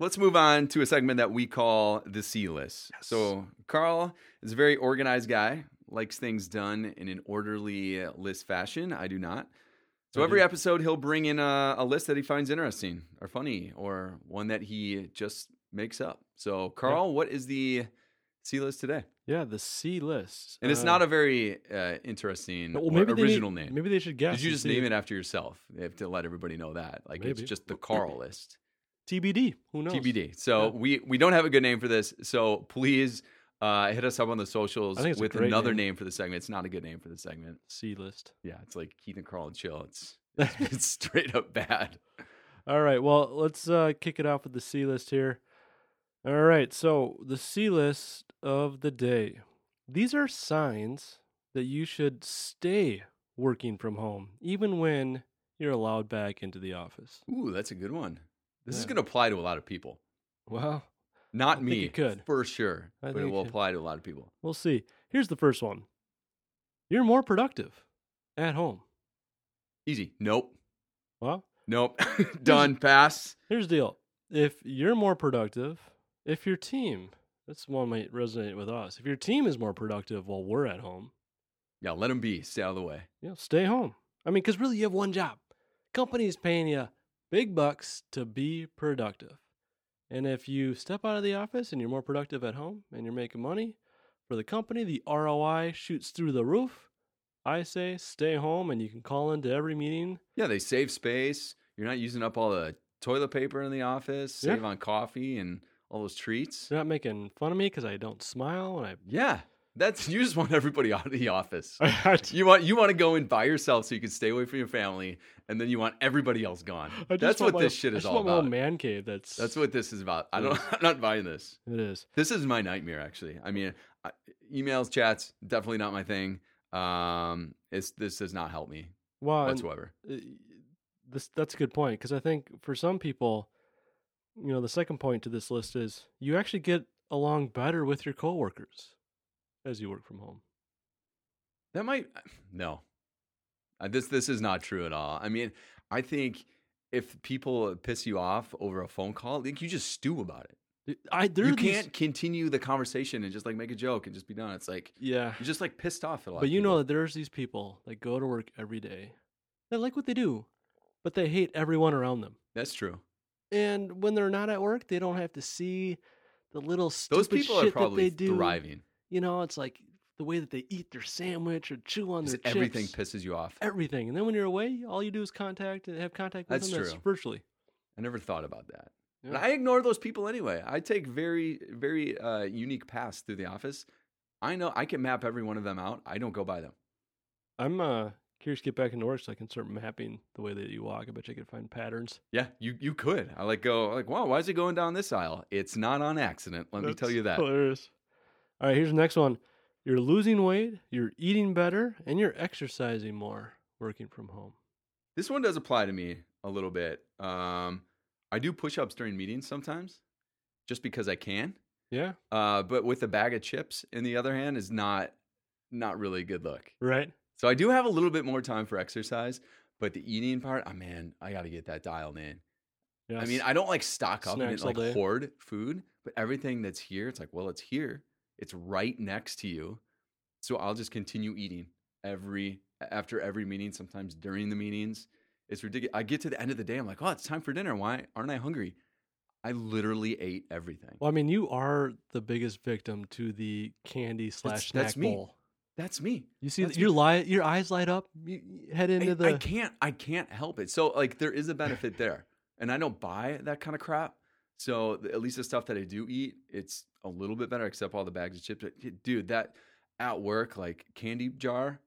Let's move on to a segment that we call the C list.
Yes.
So, Carl is a very organized guy, likes things done in an orderly uh, list fashion. I do not. So,
I
every
do.
episode, he'll bring in a, a list that he finds interesting or funny or one that he just makes up. So, Carl, what is the C list today?
Yeah, the C list.
And it's not a very uh, interesting
Uh. well,
or
maybe they need-
original name.
Maybe they should guess.
Did you
and
just
see
name it after yourself? They have to let everybody know that. Like, it's
Maybe.
just the Carl list.
TBD. Who knows?
TBD. So
Yeah.
we we don't have a good name for this. So please uh, hit us up on the socials
I think it's a
with
great
another
name.
name for the segment. It's not a good name for the segment.
C list.
Yeah, it's like Keith and Carl and Chill. It's it's straight up bad.
All right. Well, let's uh, kick it off with the C list here. All right. So the C list of the day. These are signs that you should stay working from home, even when you're allowed back into the office.
Ooh, that's a good one. This is
Yeah.
going to apply to a lot of people.
Well, I
Not
think
me,
it could.
for sure,
I
but
think
it
it
will
could.
apply to a lot of people.
we'll see. Here's the first one. You're more productive at home.
Easy. Nope.
Well,
Nope. Done. Pass.
Here's the deal. If you're more productive, if your team, that's one might resonate with us. If your team is more productive while we're at home,
Yeah, let them be. Stay out of the way.
you know, stay home. I mean, because really you have one job. Company's paying you big bucks to be productive. And if you step out of the office and you're more productive at home and you're making money for the company, the ROI shoots through the roof I say stay home and you can call into every meeting.
Yeah, they save space. You're not using up all the toilet paper in the office.
Yeah.
Save on coffee and all those treats.
You're not making fun of me because I don't smile and I.
Yeah, that's you just want everybody out of the office.
I,
You want you want to go in by yourself so you can stay away from your family, and then you want everybody else gone.
just
That's
want
what
my-
this shit
I
is
just
all
want my
about.
little man cave. That's
That's what this is about. I don't. I'm not buying this.
it is.
This is my nightmare, actually. I mean, I, emails, chats, definitely not my thing. Um, it's this does not help me
Well, and-
whatsoever.
uh, this that's a good point because I think for some people, you know, the second point to this list is you actually get along better with your coworkers as you work from home.
That might no. Uh, this this is not true at all. I mean, I think if people piss you off over a phone call, like you just stew about it.
I there
you
are these-
can't continue the conversation and just like make a joke and just be done. It's like
yeah,
you're just like pissed off at a lot.
but
of
you know
people.
that there's these people that go to work every day. They like what they do, but they hate everyone around them.
that's true.
And when they're not at work, they don't have to see the little stupid
Those people
shit
are probably
that they do.
thriving.
You know, it's like the way that they eat their sandwich or chew on their
Just Everything
chips.
pisses you off.
everything. And then when you're away, all you do is contact and have contact with
That's
them. That's
true.
virtually.
I never thought about that. And
Yeah.
I ignore those people anyway. I take very, very uh, unique paths through the office. I know I can map every one of them out. I don't go by them.
I'm uh, curious to get back into work so I can start mapping the way that you walk. I bet you I could find patterns.
Yeah, you you could. I like go like, wow, why is it going down this aisle? It's not on accident. Let me tell
That's
you that.
Hilarious. All right, here's the next one. You're losing weight, you're eating better, and you're exercising more working from home.
This one does apply to me a little bit. Um, I do push-ups during meetings sometimes, just because I can.
Yeah.
Uh, but with a bag of chips in the other hand is not not really a good look.
Right.
So I do have a little bit more time for exercise, but the eating part, oh man, I got to get that dialed in.
Yes.
I mean, I don't like stock up
Snacks all
and
day.
like hoard food, but everything that's here, it's like, well, it's here. It's right next to you. So I'll just continue eating every after every meeting, sometimes during the meetings. It's ridiculous. I get to the end of the day, I'm like, oh, it's time for dinner. Why aren't I hungry? I literally ate everything.
well, I mean, you are the biggest victim to the candy slash snack
that's me.
bowl.
That's me.
You see,
That's
your li- your eyes light up. You you head into
I,
the.
I can't I can't help it. So like there is a benefit there. And I don't buy that kind of crap. So th- at least the stuff that I do eat, it's a little bit better except all the bags of chips. But, y- Dude, that at work like candy jar,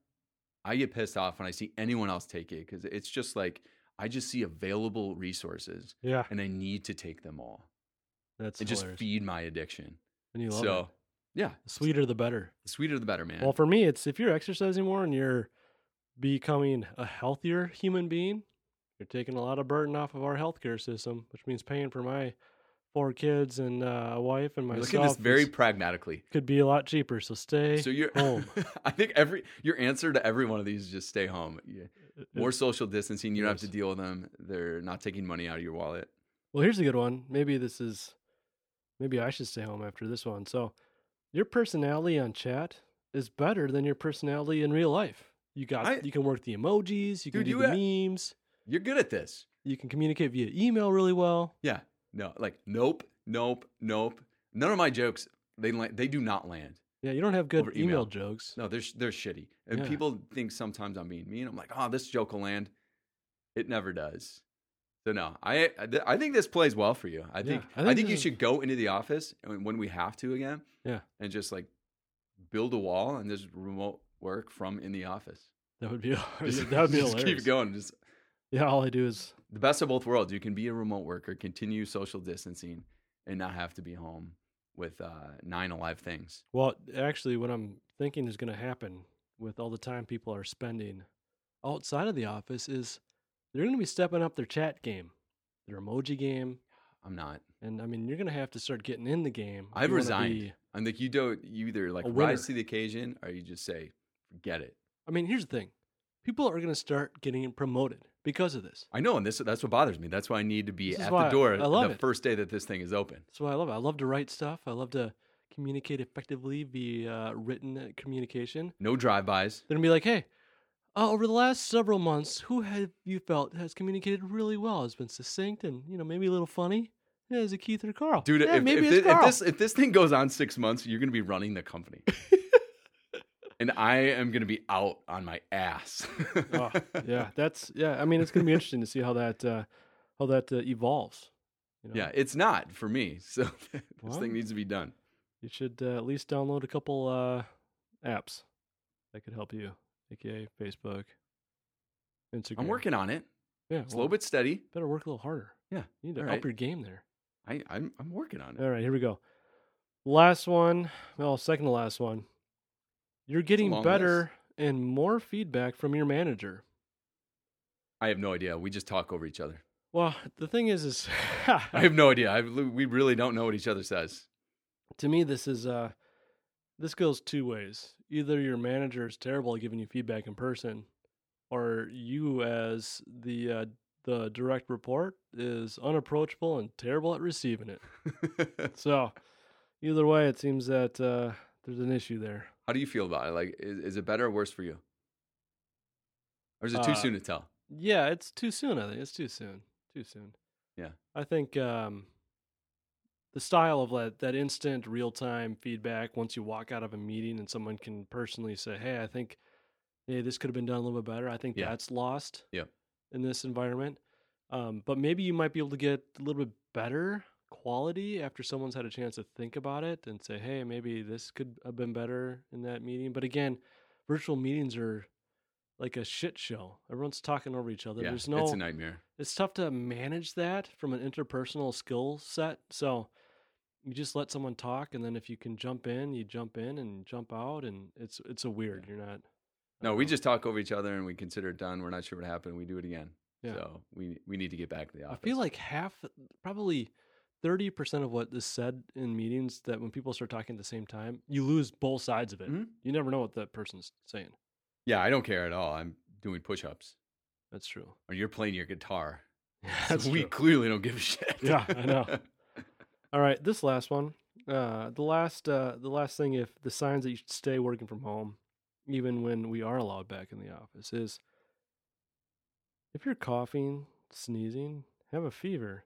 I get pissed off when I see anyone else take it cuz it's just like I just see available resources
yeah,
and I need to take them all
that's
and
hilarious.
just feed my addiction.
and you love
So,
it.
yeah,
The sweeter the better.
the sweeter the better, man.
Well, for me, it's if you're exercising more and you're becoming a healthier human being, you're taking a lot of burden off of our healthcare system, which means paying for my four kids and uh, a wife and
Look
myself.
at this very
is-
pragmatically.
could be a lot cheaper. So stay.
So you're
home.
I think every your answer to every one of these is just stay home. Yeah. More
It's-
social distancing. You don't have to
Uh, Yes.
deal with them. They're not taking money out of your wallet.
Well, here's a good one. Maybe this is, maybe I should stay home after this one. So, your personality on chat is better than your personality in real life. You got,
I-
you can work the emojis, you can
Dude,
do
you
the
ha-
memes,
You're good at this.
you can communicate via email really well.
Yeah. No. Like nope. Nope. Nope. None of my jokes. They la- they do not land.
Yeah, you don't have good
Over
email.
email.
jokes.
No, they're sh- they're shitty. And
Yeah.
people think sometimes I'm being mean. I'm like, oh, this joke will land. It never does. So no, I I th- I think this plays well for you. I think
I
I
think
think,
this
you
is-
should go into the office and when we have to again.
Yeah.
And just like build a wall and just remote work from in the office.
That would be
Just,
that would be
just
hilarious.
keep going. Just
Yeah, all I do is
the best of both worlds. You can be a remote worker, continue social distancing, and not have to be home with uh, nine alive things.
well, actually, what I'm thinking is going to happen with all the time people are spending outside of the office is they're going to be stepping up their chat game, their emoji game,
I'm not.
and I mean you're going to have to start getting in the game. if
I've
you wanna
resigned.
be-
I'm like you don't. You either like
A winner.
rise to the occasion, or you just say, "Forget it."
I mean, here's the thing: people are going to start getting promoted because of this.
I know, and this—that's what bothers me. That's why I need to be
This is
at
why
the door
I love
the
it.
first day that this thing is open.
That's why I love it. I love to write stuff. I love to communicate effectively via written communication.
No drive-bys.
They're gonna be like, hey, uh, over the last several months, who have you felt has communicated really well, has been succinct and you know maybe a little funny? Yeah, is it Keith or Carl?
Dude,
yeah,
if,
maybe
if,
it's
thi- if
Carl.
this if this thing goes on six months, you're gonna be running the company. and I am going to be out on my ass.
Oh, yeah, that's yeah. I mean, it's going to be interesting to see how that uh, how that uh, evolves. You know,
Yeah, it's not for me. So this
Well.
thing needs to be done.
you should uh, at least download a couple uh, apps that could help you, aka Facebook, Instagram.
I'm working on it.
Yeah,
It's a
well,
little bit steady.
Better work a little harder.
Yeah,
you need to
all
up
right.
your game there.
I, I'm I'm working on it.
All right, here we go. Last one. Well, second to last one. You're getting
long
better and more feedback from your manager.
I have no idea. We just talk over each other.
Well, the thing is, is
I have no idea. I, we really don't know what each other says.
to me this is uh this goes two ways either your manager is terrible at giving you feedback in person or you as the uh, the direct report is unapproachable and terrible at receiving it so either way it seems that uh there's an issue there
How do you feel about it? Like, is, is it better or worse for you? Or is it too
Uh,
soon to tell?
yeah it's too soon i think it's too soon too soon
Yeah.
i think um the style of that, that instant real time feedback once you walk out of a meeting and someone can personally say, Hey, I think hey, this could have been done a little bit better. I think
Yeah.
that's lost
Yep.
in this environment. Um, but maybe you might be able to get a little bit better quality after someone's had a chance to think about it and say, Hey, maybe this could have been better in that meeting. But again, virtual meetings are like a shit show. Everyone's talking over each other.
yeah,
There's no
it's a nightmare.
it's tough to manage that from an interpersonal skill set. So you just let someone talk, and then if you can jump in, you jump in and jump out, and it's it's a weird. You're not. I
No,
don't
we
know.
just talk over each other and we consider it done. We're not sure what happened. We do it again.
Yeah.
So we we need to get back to the
I
office.
feel like half, probably thirty percent of what is said in meetings that when people start talking at the same time, you lose both sides of it.
Mhm.
You never know what that person's saying.
Yeah, I don't care at all. I'm doing push ups
That's true.
or you're playing your guitar. So
That's
we
true.
clearly don't give a shit.
Yeah, I know. All right, this last one. Uh, the last, uh, the last thing, if the signs that you should stay working from home, even when we are allowed back in the office, is if you're coughing, sneezing, have a fever,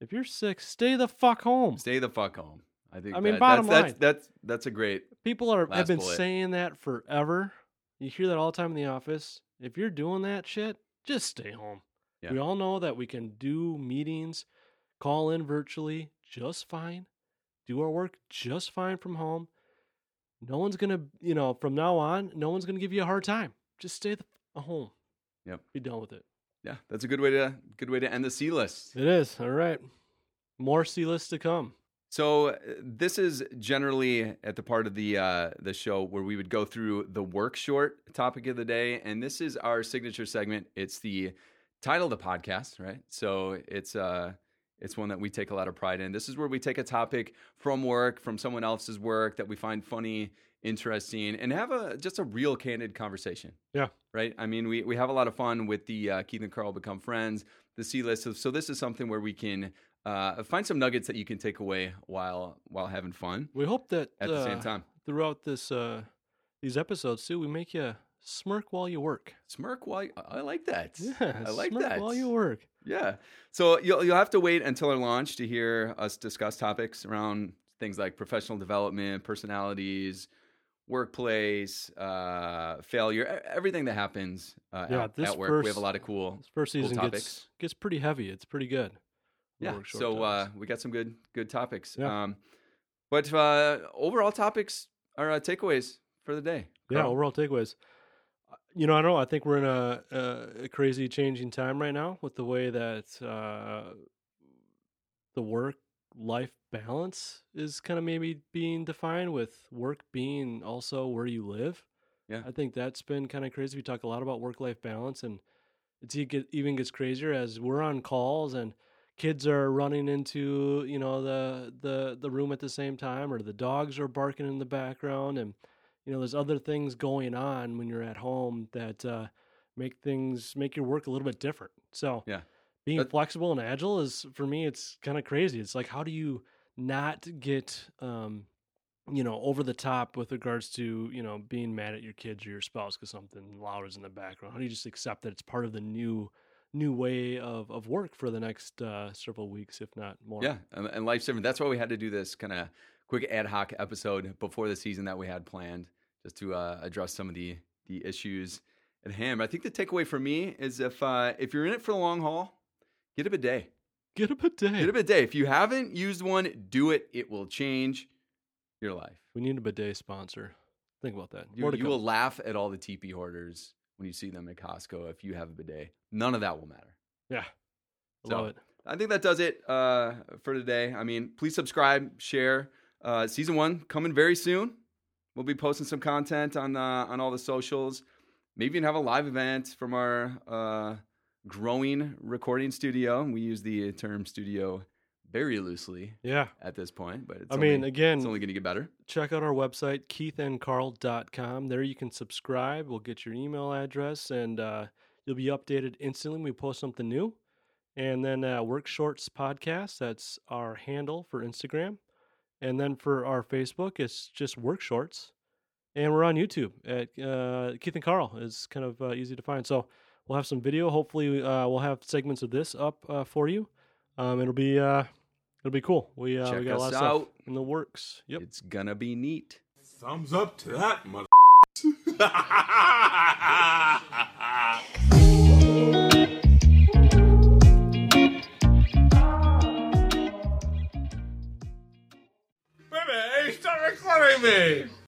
if you're sick, stay the fuck home.
Stay the fuck home. I think
I mean,
that-
bottom
that's,
line.
That's, that's that's a great
People are have
Last
been
bullet.
saying that forever. You hear that all the time in the office. If you're doing that shit, just stay home.
Yeah.
We all know that we can do meetings, call in virtually just fine, do our work just fine from home. No one's gonna, you know, from now on, no one's gonna give you a hard time. Just stay the f- home.
Yep.
Be done with it.
yeah, that's a good way to good way to end the C list.
It is all right. More C lists to come.
So uh, this is generally at the part of the uh, the show where we would go through the work short topic of the day, and this is our signature segment. It's the title of the podcast, right? So it's uh it's one that we take a lot of pride in. This is where we take a topic from work, from someone else's work that we find funny, interesting, and have a just a real candid conversation.
Yeah.
Right. I mean, we we have a lot of fun with the uh, Keith and Carl become friends, the C list. So, so this is something where we can uh, find some nuggets that you can take away while while having fun
We hope that
at the
uh,
same time.
throughout this uh these episodes too, we make you smirk while you work.
Smirk while you, I I like that.
Yeah,
I like
smirk
that.
while you work.
Yeah. So you'll you'll have to wait until our launch to hear us discuss topics around things like professional development, personalities, workplace, uh, failure, e- everything that happens uh,
Yeah,
at,
this
at work. we have
first-
a lot of cool.
This first
Cool
season
topics.
gets gets pretty heavy. It's pretty good. The
Yeah.
work short
So uh,
topics.
we got some good good topics.
Yeah.
Um, but uh, overall topics are uh, takeaways for the day.
yeah,
Carl.
overall takeaways. Uh, You know, I don't know. I think we're in a, a, a crazy changing time right now with the way that uh, the work life balance is kind of maybe being defined with work being also where you live.
Yeah.
I think that's been kind of crazy. We talk a lot about work life balance, and it's e- get- even gets crazier as we're on calls and kids are running into you know the the the room at the same time, or the dogs are barking in the background, and you know there's other things going on when you're at home that uh, make things make your work a little bit different. So
Yeah.
being
That-
flexible and agile is for me it's kind of crazy. It's like how do you not get um, you know over the top with regards to you know being mad at your kids or your spouse because something loud is in the background? How do you just accept that it's part of the new new way of of work for the next uh, several weeks, if not more?
Yeah, and, and life's different. That's why we had to do this kind of quick ad hoc episode before the season that we had planned, just to uh, address some of the the issues at hand. But I think the takeaway for me is if uh, if you're in it for the long haul, get a bidet.
Get a bidet.
Get a bidet. If you haven't used one, do it. It will change your life.
we need a bidet sponsor. Think about that.
You,
More to
you
come.
will laugh at all the teepee hoarders when you see them at Costco if you have a bidet. None of that will matter.
Yeah. I
So-
Love it.
I think that does it uh, for today. I mean, please subscribe, share. Uh, season one coming very soon. We'll be posting some content on uh, on all the socials. Maybe even have a live event from our uh, growing recording studio. We use the term studio very loosely
Yeah.
at this point, but it's
I
only-
mean, again,
it's only going to get better.
check out our website keithandcarl.com there you can subscribe we'll get your email address and uh, you'll be updated instantly when we post something new and then uh, work shorts podcast that's our handle for instagram and then for our facebook it's just work shorts and we're on youtube at uh, keith and carl is kind of uh, easy to find so we'll have some video hopefully uh, we'll have segments of this up uh, for you um, it'll be uh, it'll be cool we, uh,
Check
we got a lot
us
of stuff
out.
in the works yep
It's gonna be neat.
Thumbs up to that, mother. Baby, stop recording me!